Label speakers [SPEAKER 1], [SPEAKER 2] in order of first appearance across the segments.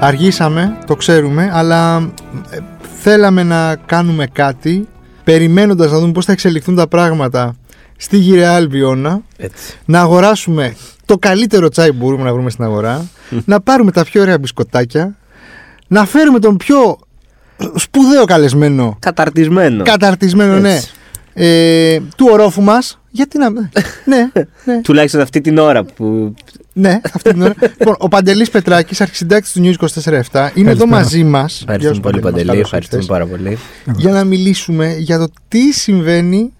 [SPEAKER 1] Αργήσαμε, το ξέρουμε, αλλά ε, θέλαμε να κάνουμε κάτι περιμένοντας να δούμε πώς θα εξελιχθούν τα πράγματα στη Γυρεάλ Βιώνα,
[SPEAKER 2] Έτσι.
[SPEAKER 1] να αγοράσουμε το καλύτερο τσάι που μπορούμε να βρούμε στην αγορά, να πάρουμε τα πιο ωραία μπισκοτάκια, να φέρουμε τον πιο σπουδαίο καλεσμένο,
[SPEAKER 2] Καταρτισμένο.
[SPEAKER 1] καταρτισμένο, ναι,
[SPEAKER 2] Έτσι.
[SPEAKER 1] ε, του ορόφου μας, γιατί να... ναι, ναι.
[SPEAKER 2] Τουλάχιστον αυτή την ώρα που.
[SPEAKER 1] Ναι, αυτή την ώρα. λοιπόν, ο Παντελής Πετράκης, αρχισυντάκτης του News 24-7, είναι εδώ μαζί μας.
[SPEAKER 2] Ευχαριστούμε πολύ, Παντελή. Ευχαριστούμε πάρα πολύ.
[SPEAKER 1] Για να μιλήσουμε για το τι συμβαίνει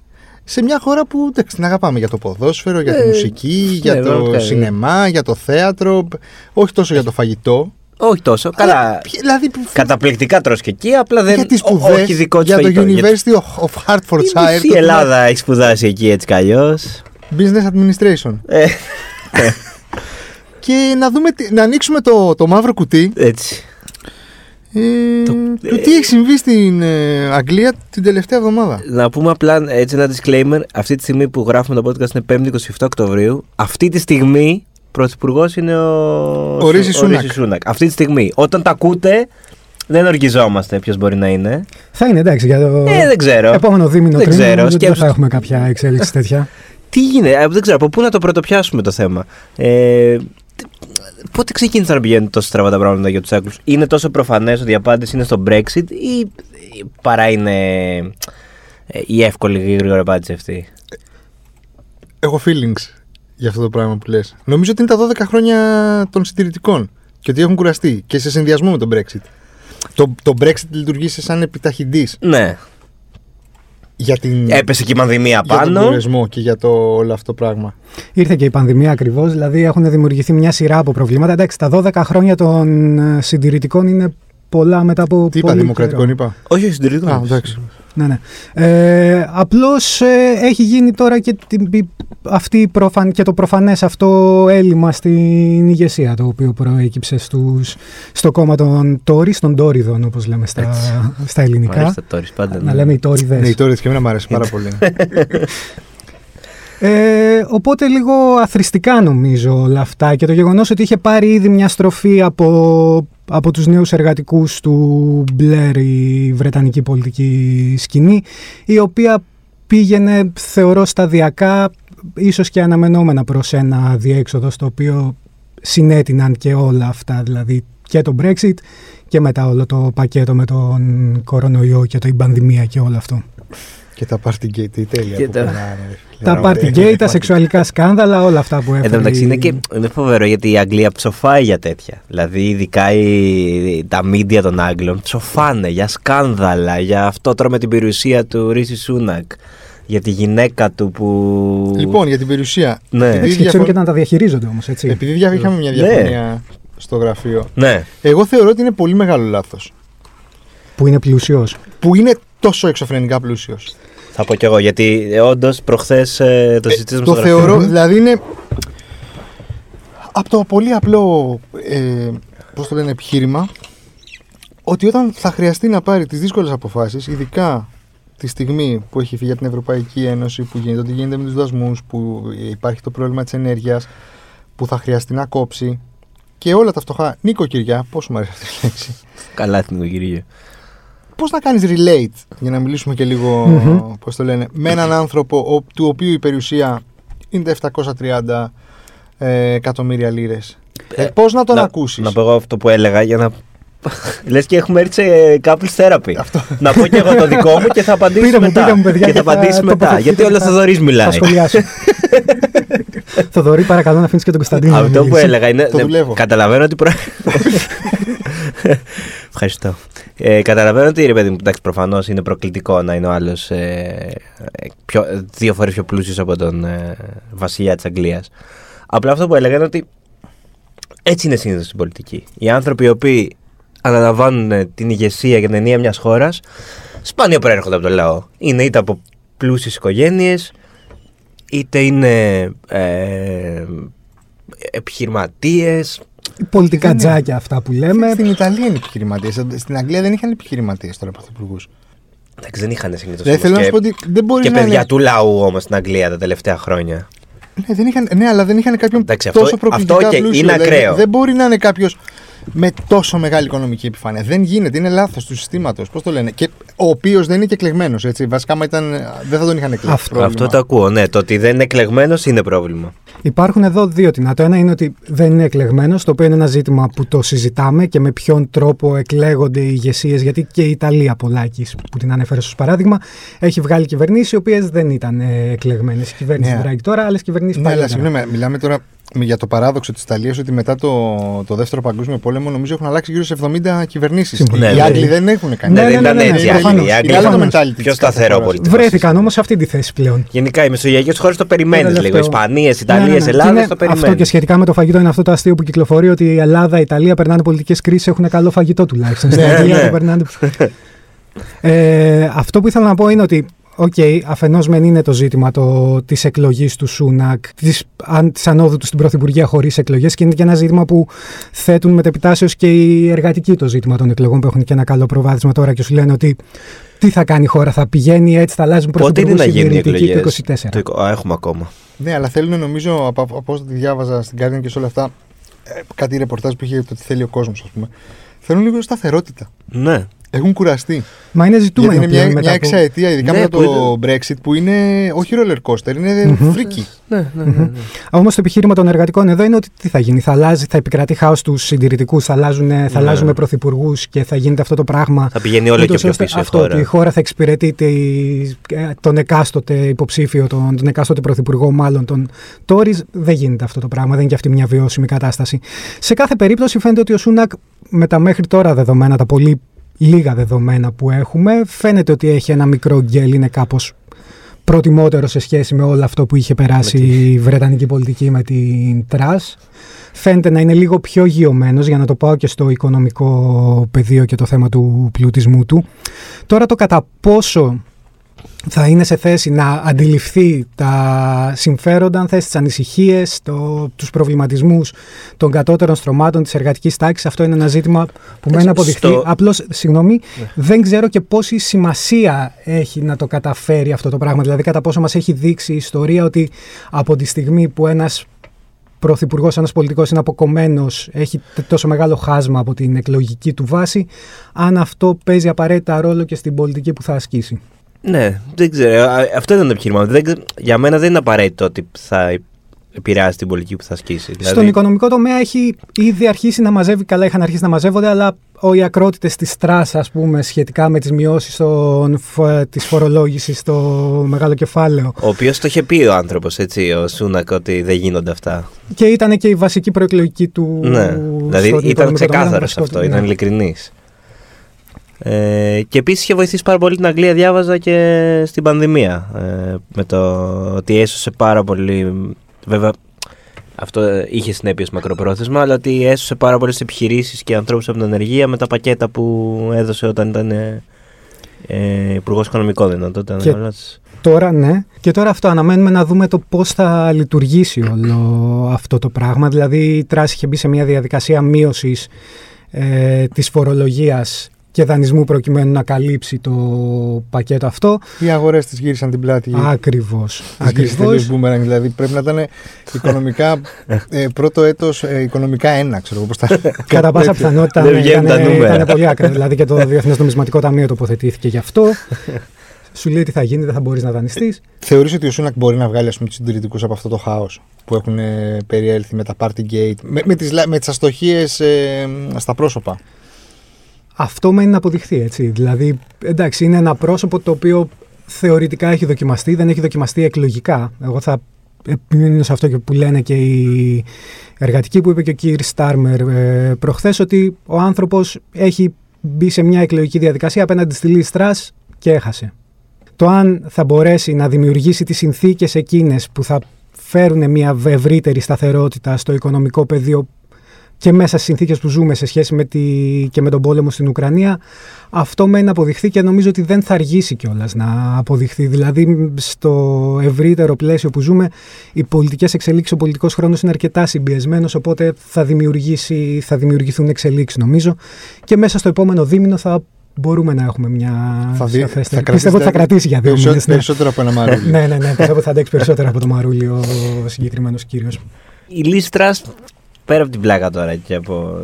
[SPEAKER 1] σε μια χώρα που εντάξει, την αγαπάμε για το ποδόσφαιρο, για τη
[SPEAKER 2] Ε,
[SPEAKER 1] μουσική, για
[SPEAKER 2] ναι,
[SPEAKER 1] το
[SPEAKER 2] πραγματικά, ναι.
[SPEAKER 1] σινεμά, για το θέατρο. π- Όχι τόσο για το φαγητό.
[SPEAKER 2] Όχι τόσο.
[SPEAKER 1] Αλλά,
[SPEAKER 2] Καλά.
[SPEAKER 1] ποι- Δηλαδή, που-
[SPEAKER 2] Καταπληκτικά τρως και εκεί. Απλά δεν.
[SPEAKER 1] για τις
[SPEAKER 2] ό-
[SPEAKER 1] σπουδές,
[SPEAKER 2] όχι δικό της
[SPEAKER 1] για το
[SPEAKER 2] φαγητό, γιατί
[SPEAKER 1] University of- of Hartfordshire.
[SPEAKER 2] Η
[SPEAKER 1] το
[SPEAKER 2] μισή Ελλάδα έχει σπουδάσει εκεί έτσι κι Ε, αλλιώ.
[SPEAKER 1] Business Administration. Και να, δούμε, τι- να ανοίξουμε το, το μαύρο κουτί.
[SPEAKER 2] έτσι.
[SPEAKER 1] Ε,
[SPEAKER 2] Το-
[SPEAKER 1] του τι έχει συμβεί στην ε, Αγγλία την τελευταία εβδομάδα.
[SPEAKER 2] Να πούμε απλά έτσι ένα disclaimer. Αυτή τη στιγμή που γράφουμε το podcast είναι 5η 27 Οκτωβρίου. Αυτή τη στιγμή πρωθυπουργός είναι ο,
[SPEAKER 1] Ο Ρίσης
[SPEAKER 2] Ρίσης
[SPEAKER 1] Σούνακ.
[SPEAKER 2] Σούνακ. Αυτή τη στιγμή. Όταν τα ακούτε, δεν οργιζόμαστε ποιος μπορεί να είναι.
[SPEAKER 3] Θα είναι εντάξει για το
[SPEAKER 2] Ε, δεν ξέρω.
[SPEAKER 3] επόμενο δίμηνο
[SPEAKER 2] Δεν
[SPEAKER 3] τρίμηνο,
[SPEAKER 2] ξέρω,
[SPEAKER 3] δεν- Δεν
[SPEAKER 2] σκέψου-
[SPEAKER 3] θα έχουμε κάποια εξέλιξη τέτοια.
[SPEAKER 2] Τι γίνεται, ε, δεν ξέρω από πού να το πρωτοπιάσουμε το θέμα. Ε, τ- πότε ξεκίνησαν να πηγαίνουν τόσο στραβά τα πράγματα για τους Άγγλους, Είναι τόσο προφανές ότι η απάντηση είναι στο Brexit, ή ή παρά είναι ε, η εύκολη και γρήγορη απάντηση αυτή.
[SPEAKER 1] Έχω feelings για αυτό το πράγμα που λες. Νομίζω ότι είναι τα 12 χρόνια των συντηρητικών και ότι έχουν κουραστεί και σε συνδυασμό με τον Brexit. Το, το Brexit λειτουργήσε σαν επιταχυντής
[SPEAKER 2] Ναι.
[SPEAKER 1] για,
[SPEAKER 3] Mm.
[SPEAKER 1] την,
[SPEAKER 2] Έπεσε και η πανδημία
[SPEAKER 1] για τον
[SPEAKER 2] πάνω.
[SPEAKER 1] τουρισμό και για το όλο αυτό το πράγμα.
[SPEAKER 3] Ήρθε και η πανδημία ακριβώς, δηλαδή έχουν δημιουργηθεί μια σειρά από προβλήματα. Εντάξει, τα 12 χρόνια των ε, συντηρητικών είναι πολλά μετά από.
[SPEAKER 1] Τι είπα,
[SPEAKER 3] πολύ
[SPEAKER 1] δημοκρατικό
[SPEAKER 3] καιρό.
[SPEAKER 1] είπα.
[SPEAKER 2] Όχι, όχι, συντηρητικό.
[SPEAKER 1] Α, εντάξει.
[SPEAKER 3] Ναι, ναι. Ε, Απλώς έχει γίνει τώρα και, την- η- αυτή η προφαν, και το προφανές αυτό έλλειμμα στην ηγεσία το οποίο προέκυψε στους, στο κόμμα των Τόρις, των Τόριδων όπως λέμε στα,
[SPEAKER 2] Έτσι.
[SPEAKER 3] στα
[SPEAKER 2] Μ'
[SPEAKER 3] ελληνικά.
[SPEAKER 2] αρέσει τα τόρις πάντα.
[SPEAKER 3] Να
[SPEAKER 2] ναι.
[SPEAKER 3] λέμε οι Τόριδες.
[SPEAKER 1] Ναι, η τώρα και εμένα μου αρέσει πάρα πολύ.
[SPEAKER 3] Ε, οπότε λίγο αθρηστικά νομίζω όλα αυτά και το γεγονός ότι είχε πάρει ήδη μια στροφή από, από τους νέους εργατικούς του Μπλερ η βρετανική πολιτική σκηνή η οποία πήγαινε θεωρώ σταδιακά ίσως και αναμενόμενα προς ένα διέξοδο στο οποίο συνέτειναν και όλα αυτά δηλαδή και το Brexit και μετά όλο το πακέτο με τον κορονοϊό και την πανδημία και όλο αυτό.
[SPEAKER 1] και τα party gate, η τέλεια
[SPEAKER 2] Και
[SPEAKER 1] που
[SPEAKER 2] τα-
[SPEAKER 1] περνάνε, ρε φίλε.
[SPEAKER 3] Τα
[SPEAKER 1] Ωραία.
[SPEAKER 3] party gay, τα σεξουαλικά σκάνδαλα, όλα αυτά που
[SPEAKER 2] Ε, Εν
[SPEAKER 3] έφερε.
[SPEAKER 2] τω μεταξύ είναι
[SPEAKER 3] η-
[SPEAKER 2] και είναι φοβερό γιατί η Αγγλία ψοφάει για τέτοια. Δηλαδή, ειδικά οι, τα μίντια των Άγγλων ψοφάνε για σκάνδαλα, για αυτό τρώμε την περιουσία του Ρίση Σούνακ, για τη γυναίκα του που.
[SPEAKER 1] Λοιπόν, για την περιουσία.
[SPEAKER 2] Ναι.
[SPEAKER 1] Επειδή
[SPEAKER 3] Έτσι, και ξέρουν
[SPEAKER 1] διαφων-
[SPEAKER 3] και να τα διαχειρίζονται όμως, έτσι.
[SPEAKER 1] Επειδή δια- είχαμε μια
[SPEAKER 2] Ναι.
[SPEAKER 1] διαφωνία στο γραφείο,
[SPEAKER 2] Ναι.
[SPEAKER 1] εγώ θεωρώ ότι είναι πολύ μεγάλο λάθος.
[SPEAKER 3] Που είναι πλουσιός.
[SPEAKER 1] που είναι τόσο εξωφρενικά πλούσιος.
[SPEAKER 2] Θα πω κι εγώ γιατί ε, όντως προχθές ε, το συζητήσαμε
[SPEAKER 1] Ε, το
[SPEAKER 2] στο γραφείο.
[SPEAKER 1] θεωρώ, δηλαδή είναι. Από το πολύ απλό. Ε, πώς το λένε, επιχείρημα. Ότι όταν θα χρειαστεί να πάρει τις δύσκολες αποφάσεις, ειδικά τη στιγμή που έχει φύγει από την Ευρωπαϊκή Ένωση, που γίνεται ό,τι γίνεται με τους δασμούς, που υπάρχει το πρόβλημα της ενέργειας, που θα χρειαστεί να κόψει και όλα τα φτωχά νοικοκυριά, πόσο μου αρέσει αυτή η λέξη,
[SPEAKER 2] Καλά την οικογένεια.
[SPEAKER 1] Πώς να κάνεις relate, για να μιλήσουμε και λίγο,
[SPEAKER 3] Μμμ.
[SPEAKER 1] πώς το λένε, με έναν άνθρωπο ο- του οποίου η περιουσία είναι τα 730 ε, εκατομμύρια λίρες. Ε, Πώς να τον ακούσεις.
[SPEAKER 2] Να πω εγώ αυτό που έλεγα για να. Λες και έχουμε έρθει σε couples therapy. Να πω και εγώ το δικό μου και θα απαντήσει
[SPEAKER 3] Πείτε μου,
[SPEAKER 2] μετά.
[SPEAKER 3] πείτε μου, παιδιά,
[SPEAKER 2] και θα
[SPEAKER 3] και θα
[SPEAKER 2] απαντήσεις μετά.
[SPEAKER 3] τοποθετηθείτε
[SPEAKER 2] Γιατί όλο
[SPEAKER 3] και
[SPEAKER 2] ο
[SPEAKER 3] θα-
[SPEAKER 2] Θοδωρής
[SPEAKER 3] Θα
[SPEAKER 2] μιλάει.
[SPEAKER 3] σχολιάσω. Θοδωρή, παρακαλώ να αφήνεις και τον Κωνσταντίνο. να
[SPEAKER 2] Αυτό που
[SPEAKER 3] μιλήσει.
[SPEAKER 2] έλεγα είναι.
[SPEAKER 1] Το
[SPEAKER 2] δεν-
[SPEAKER 1] δουλεύω.
[SPEAKER 2] Καταλαβαίνω ότι. προ- Ευχαριστώ. Ε, καταλαβαίνω ότι ρε παιδί μου, εντάξει, προφανώς είναι προκλητικό να είναι ο άλλος δύο φορές πιο πλούσιος από τον ε, βασιλιά της Αγγλίας. Απλά αυτό που έλεγα είναι ότι έτσι είναι συνήθως στην πολιτική. Οι άνθρωποι οι οποίοι αναλαμβάνουν ε, την ηγεσία για την ενία μιας χώρας σπάνια προέρχονται από το λαό. Είναι είτε από πλούσιες οικογένειες, είτε είναι ε, επιχειρηματίε.
[SPEAKER 1] Ναι,
[SPEAKER 3] Πολιτικά τζάκια αυτά που
[SPEAKER 2] Ε,
[SPEAKER 3] λέμε.
[SPEAKER 1] Ε, Στην Ιταλία είναι επιχειρηματίες. Στην Αγγλία δεν είχαν επιχειρηματίες τώρα πρωθυπουργούς.
[SPEAKER 2] Εντάξει, δεν είχαν συνήθως.
[SPEAKER 3] Ναι,
[SPEAKER 1] Δηλαδή θέλω να σου πω ότι δεν μπορεί
[SPEAKER 2] Και
[SPEAKER 1] να.
[SPEAKER 2] παιδιά
[SPEAKER 1] είναι-
[SPEAKER 2] του λαού όμως στην Αγγλία τα τελευταία χρόνια.
[SPEAKER 1] Ναι, δεν είχαν, ναι, αλλά δεν είχαν κάποιον
[SPEAKER 2] Εντάξει, αυτό-
[SPEAKER 1] τόσο προκλητικά
[SPEAKER 2] αυτό, οκ,
[SPEAKER 1] πλούσιο.
[SPEAKER 2] είναι
[SPEAKER 1] Δηλαδή,
[SPEAKER 2] ακραίο.
[SPEAKER 1] Δεν μπορεί να είναι κάποιος με τόσο μεγάλη οικονομική επιφάνεια. Δεν γίνεται, είναι λάθος του συστήματος. Πώς το λένε. Και ο οποίος δεν είναι και εκλεγμένος. Βασικά, άμα ήταν, δεν θα τον είχαν εκλέξει.
[SPEAKER 3] Αυτό-
[SPEAKER 1] Πρόβλημα.
[SPEAKER 2] Αυτό το ακούω. Ναι, το ότι δεν είναι εκλεγμένος είναι πρόβλημα.
[SPEAKER 3] Υπάρχουν εδώ δύο τινά. Το ένα είναι ότι δεν είναι εκλεγμένο, το οποίο είναι ένα ζήτημα που το συζητάμε και με ποιον τρόπο εκλέγονται οι ηγεσίες. Γιατί και η Ιταλία, Πολάκης, που την ανέφερε ως παράδειγμα, έχει βγάλει κυβερνήσεις οι οποίες δεν ήταν εκλεγμένες. Η κυβέρνηση
[SPEAKER 1] Ναι.
[SPEAKER 3] Ντράγκη τώρα, άλλες κυβερνήσεις
[SPEAKER 1] Ναι, αλλά
[SPEAKER 3] παλιότερα.
[SPEAKER 1] συγγνώμη, μιλάμε τώρα για το παράδοξο της Ιταλίας ότι μετά το, το δεύτερο παγκόσμιο πόλεμο νομίζω έχουν αλλάξει γύρω σε 70 κυβερνήσεις.
[SPEAKER 3] Συμφωνώ.
[SPEAKER 1] Οι
[SPEAKER 2] Ναι,
[SPEAKER 1] Άγγλοι
[SPEAKER 3] ναι.
[SPEAKER 1] δεν έχουν κάνει.
[SPEAKER 3] Ναι,
[SPEAKER 2] Ναι,
[SPEAKER 3] ναι,
[SPEAKER 2] δεν ήταν
[SPEAKER 3] ναι, ναι,
[SPEAKER 2] έτσι. οι
[SPEAKER 1] προφανώς.
[SPEAKER 2] Άγγλοι. Οι Άγγλοι
[SPEAKER 1] Είναι άλλο το
[SPEAKER 2] ήταν
[SPEAKER 1] mentality της
[SPEAKER 2] Πιο
[SPEAKER 1] κάθε
[SPEAKER 2] σταθερό
[SPEAKER 1] χώρας.
[SPEAKER 2] πολιτικό.
[SPEAKER 3] Βρέθηκαν όμως σε αυτή τη θέση πλέον.
[SPEAKER 2] Γενικά οι μεσογειακέ χώρε το δηλαδή, περιμένει
[SPEAKER 3] Είναι
[SPEAKER 2] λίγο.
[SPEAKER 3] τελευταίο.
[SPEAKER 2] Ισπανίε,
[SPEAKER 3] Ναι, ναι,
[SPEAKER 2] Ιταλίε,
[SPEAKER 3] ναι. Και
[SPEAKER 2] Ελλάδα
[SPEAKER 3] είναι
[SPEAKER 2] το
[SPEAKER 3] Αυτό και
[SPEAKER 2] περιμένει.
[SPEAKER 3] σχετικά με το φαγητό είναι αυτό το αστείο που κυκλοφορεί ότι η Ελλάδα, η Ιταλία περνάνε πολιτικές κρίσεις, έχουν καλό φαγητό τουλάχιστον. Στην
[SPEAKER 2] Ναι,
[SPEAKER 3] Αγγλία
[SPEAKER 2] ναι.
[SPEAKER 3] δεν περνάνε. ε, αυτό που ήθελα να πω είναι ότι Οκ, αφενός μεν είναι το ζήτημα το, της εκλογής του Σούνακ, της, αν, της ανόδου του στην Πρωθυπουργία χωρίς εκλογές και είναι και ένα ζήτημα που θέτουν μετεπιτάσεως και οι εργατικοί το ζήτημα των εκλογών που έχουν και ένα καλό προβάδισμα τώρα και σου λένε ότι τι θα κάνει η χώρα, θα πηγαίνει έτσι, θα αλλάζουν
[SPEAKER 2] Πότε είναι
[SPEAKER 3] πρωθυπουργούς
[SPEAKER 2] να
[SPEAKER 3] οι
[SPEAKER 2] γίνουν οι
[SPEAKER 3] δυνητικοί
[SPEAKER 2] εκλογέ.
[SPEAKER 3] του 24.
[SPEAKER 2] Έχουμε ακόμα.
[SPEAKER 1] Ναι, αλλά θέλουν νομίζω από, από όσο τη διάβαζα στην Guardian και σε όλα αυτά. ε, Κάτι ρεπορτάζ που είχε για το τι θέλει ο κόσμος, ας πούμε. Θέλουν λίγο σταθερότητα.
[SPEAKER 2] Ναι.
[SPEAKER 1] Έχουν κουραστεί.
[SPEAKER 3] Μα είναι
[SPEAKER 1] Γιατί
[SPEAKER 3] ζητούμενο
[SPEAKER 1] είναι μια,
[SPEAKER 3] πλέον
[SPEAKER 1] μια
[SPEAKER 3] μετά από-
[SPEAKER 1] εξαετία, ειδικά
[SPEAKER 2] Ναι,
[SPEAKER 1] μετά
[SPEAKER 2] που
[SPEAKER 1] το Brexit, που είναι όχι roller coaster, είναι φρίκι.
[SPEAKER 3] Όμω το επιχείρημα των εργατικών εδώ είναι ότι τι θα γίνει. Θα, αλλάζει, θα επικρατεί χάος στου συντηρητικούς, θα, αλλάζουνε- θα
[SPEAKER 2] Ναι.
[SPEAKER 3] αλλάζουμε πρωθυπουργούς και θα γίνεται αυτό το πράγμα.
[SPEAKER 2] Θα πηγαίνει όλο και
[SPEAKER 3] Ούτως
[SPEAKER 2] πιο
[SPEAKER 3] ώστε
[SPEAKER 2] πίσω η
[SPEAKER 3] αυτό,
[SPEAKER 2] χώρα.
[SPEAKER 3] Ότι η χώρα θα εξυπηρετεί τη- ε, τον εκάστοτε υποψήφιο, τον, τον εκάστοτε πρωθυπουργό, μάλλον τον Τόρις. Δεν γίνεται αυτό το πράγμα. Δεν είναι και αυτή μια βιώσιμη κατάσταση. Σε κάθε περίπτωση φαίνεται ότι ο Σούνακ με τα μέχρι τώρα δεδομένα, τα πολύ λίγα δεδομένα που έχουμε, φαίνεται ότι έχει ένα μικρό γκέλ, είναι κάπως προτιμότερο σε σχέση με όλο αυτό που είχε περάσει
[SPEAKER 2] Με τη-
[SPEAKER 3] η Βρετανική πολιτική με την Τρας. Φαίνεται να είναι λίγο πιο γειωμένος για να το πάω και στο οικονομικό πεδίο και το θέμα του πλουτισμού του. Τώρα το κατά πόσο θα είναι σε θέση να αντιληφθεί τα συμφέροντα, αν θες, τις ανησυχίες, το, τους προβληματισμούς των κατώτερων στρωμάτων της εργατικής τάξης. Αυτό είναι ένα ζήτημα που μένει να αποδειχθεί.
[SPEAKER 2] Ε, Στο- Ναι.
[SPEAKER 3] Απλώς, συγγνώμη, δεν ξέρω και πόση σημασία έχει να το καταφέρει αυτό το πράγμα. Δηλαδή, κατά πόσο μας έχει δείξει η ιστορία ότι από τη στιγμή που ένας Πρωθυπουργός, ένας πολιτικός είναι αποκομμένος, έχει τ- τόσο μεγάλο χάσμα από την εκλογική του βάση, αν αυτό παίζει απαραίτητα ρόλο και στην πολιτική που θα ασκήσει.
[SPEAKER 2] Ναι, δεν ξέρω. Α, Αυτό ήταν το επιχείρημα. Δεν ξε- Για μένα δεν είναι απαραίτητο ότι θα επηρεάσει την πολιτική που θα ασκήσει.
[SPEAKER 3] Στον
[SPEAKER 2] Δηλαδή,
[SPEAKER 3] οικονομικό τομέα έχει ήδη αρχίσει να μαζεύει, καλά είχαν αρχίσει να μαζεύονται, αλλά ο, οι ακρότητες της τράσας, ας πούμε, σχετικά με τις μειώσεις της φορολόγησης στο μεγάλο κεφάλαιο.
[SPEAKER 2] ο οποίος το είχε πει ο άνθρωπος, έτσι, ο Σούνακ, ότι δεν γίνονται αυτά.
[SPEAKER 3] Και ήταν και η βασική προεκλογική του.
[SPEAKER 2] Ναι. Δηλαδή
[SPEAKER 3] στον οικονομικό
[SPEAKER 2] ήταν
[SPEAKER 3] τομέα,
[SPEAKER 2] ξεκάθαρος
[SPEAKER 3] βασικό
[SPEAKER 2] αυτό,
[SPEAKER 3] του,
[SPEAKER 2] ήταν
[SPEAKER 3] ναι.
[SPEAKER 2] ειλικρινής. Ε, και επίσης είχε βοηθήσει πάρα πολύ την Αγγλία, διάβαζα και στην πανδημία. Ε, με το ότι έσωσε πάρα πολύ. Βέβαια, αυτό ε, είχε συνέπειες μακροπρόθεσμα, αλλά ότι έσωσε πάρα πολλές επιχειρήσεις και ανθρώπους από την ανεργία με τα πακέτα που έδωσε όταν ήταν ε, ε, Υπουργός Οικονομικών. Δεν ήταν τότε, αν
[SPEAKER 3] Και-
[SPEAKER 2] δεν κάνω λάθος.
[SPEAKER 3] Τώρα ναι. Και τώρα αυτό αναμένουμε να δούμε το πώς θα λειτουργήσει όλο αυτό το πράγμα. Δηλαδή η Τράση είχε μπει σε μια διαδικασία μείωσης ε, της φορολογίας και δανεισμού προκειμένου να καλύψει το πακέτο αυτό.
[SPEAKER 1] Οι αγορές τη γύρισαν την πλάτη.
[SPEAKER 3] Ακριβώς.
[SPEAKER 1] Τις γύρισε τελείως
[SPEAKER 3] Ακριβώς.
[SPEAKER 1] boomerang, δηλαδή πρέπει να ήταν οικονομικά ε, πρώτο έτος οικονομικά ένα, ξέρω εγώ πώς τα.
[SPEAKER 3] Κατά πάσα πιθανότητα ναι,
[SPEAKER 2] Δεν βγαίνουν τα
[SPEAKER 3] ήταν,
[SPEAKER 2] νούμερα.
[SPEAKER 3] ήταν πολύ άκρα. δηλαδή και το Διεθνές Νομισματικό Ταμείο τοποθετήθηκε γι' αυτό. Σου λέει τι θα γίνει, δεν θα μπορείς να δανειστείς.
[SPEAKER 1] Θεωρείς ότι ο Σούνακ μπορεί να βγάλει τους συντηρητικούς από αυτό το χάος που έχουν ε, περιέλθει με τα party gate, με, με τις με τις αστοχίες ε, στα πρόσωπα.
[SPEAKER 3] αυτό μένει να αποδειχθεί έτσι. Δηλαδή, εντάξει, είναι ένα πρόσωπο το οποίο θεωρητικά έχει δοκιμαστεί, δεν έχει δοκιμαστεί εκλογικά. Εγώ θα επιμείνω σε αυτό και που λένε και οι εργατικοί που είπε και ο Κίρ Στάρμερ ε, προχθές ότι ο άνθρωπος έχει μπει σε μια εκλογική διαδικασία απέναντι στη Λίστρας και έχασε. Το αν θα μπορέσει να δημιουργήσει τις συνθήκες εκείνες που θα φέρουν μια ευρύτερη σταθερότητα στο οικονομικό πεδίο και μέσα στις συνθήκες που ζούμε σε σχέση με τη... και με τον πόλεμο στην Ουκρανία, αυτό μένει να αποδειχθεί και νομίζω ότι δεν θα αργήσει κιόλας να αποδειχθεί. Δηλαδή, μ, στο ευρύτερο πλαίσιο που ζούμε, οι πολιτικές εξελίξεις, ο πολιτικός χρόνος είναι αρκετά συμπιεσμένος, οπότε θα, δημιουργήσει, θα δημιουργηθούν εξελίξεις νομίζω και μέσα στο επόμενο δίμηνο θα μπορούμε να έχουμε μια
[SPEAKER 1] Θα δει-
[SPEAKER 3] σαφέστερη.
[SPEAKER 1] θα
[SPEAKER 3] Πιστεύω ότι θα
[SPEAKER 1] κρατήσει-
[SPEAKER 3] κρατήσει για δύο
[SPEAKER 1] Περισσο-
[SPEAKER 3] μήνες. ναι.
[SPEAKER 1] Περισσότερο από ένα μάτι.
[SPEAKER 3] Ναι, ναι, ναι. Πιστεύω ότι θα αντέξει περισσότερα από το μαρούλι ο συγκεκριμένος κύριος.
[SPEAKER 2] Η Λίστρας, πέρα από την πλάκα τώρα και από.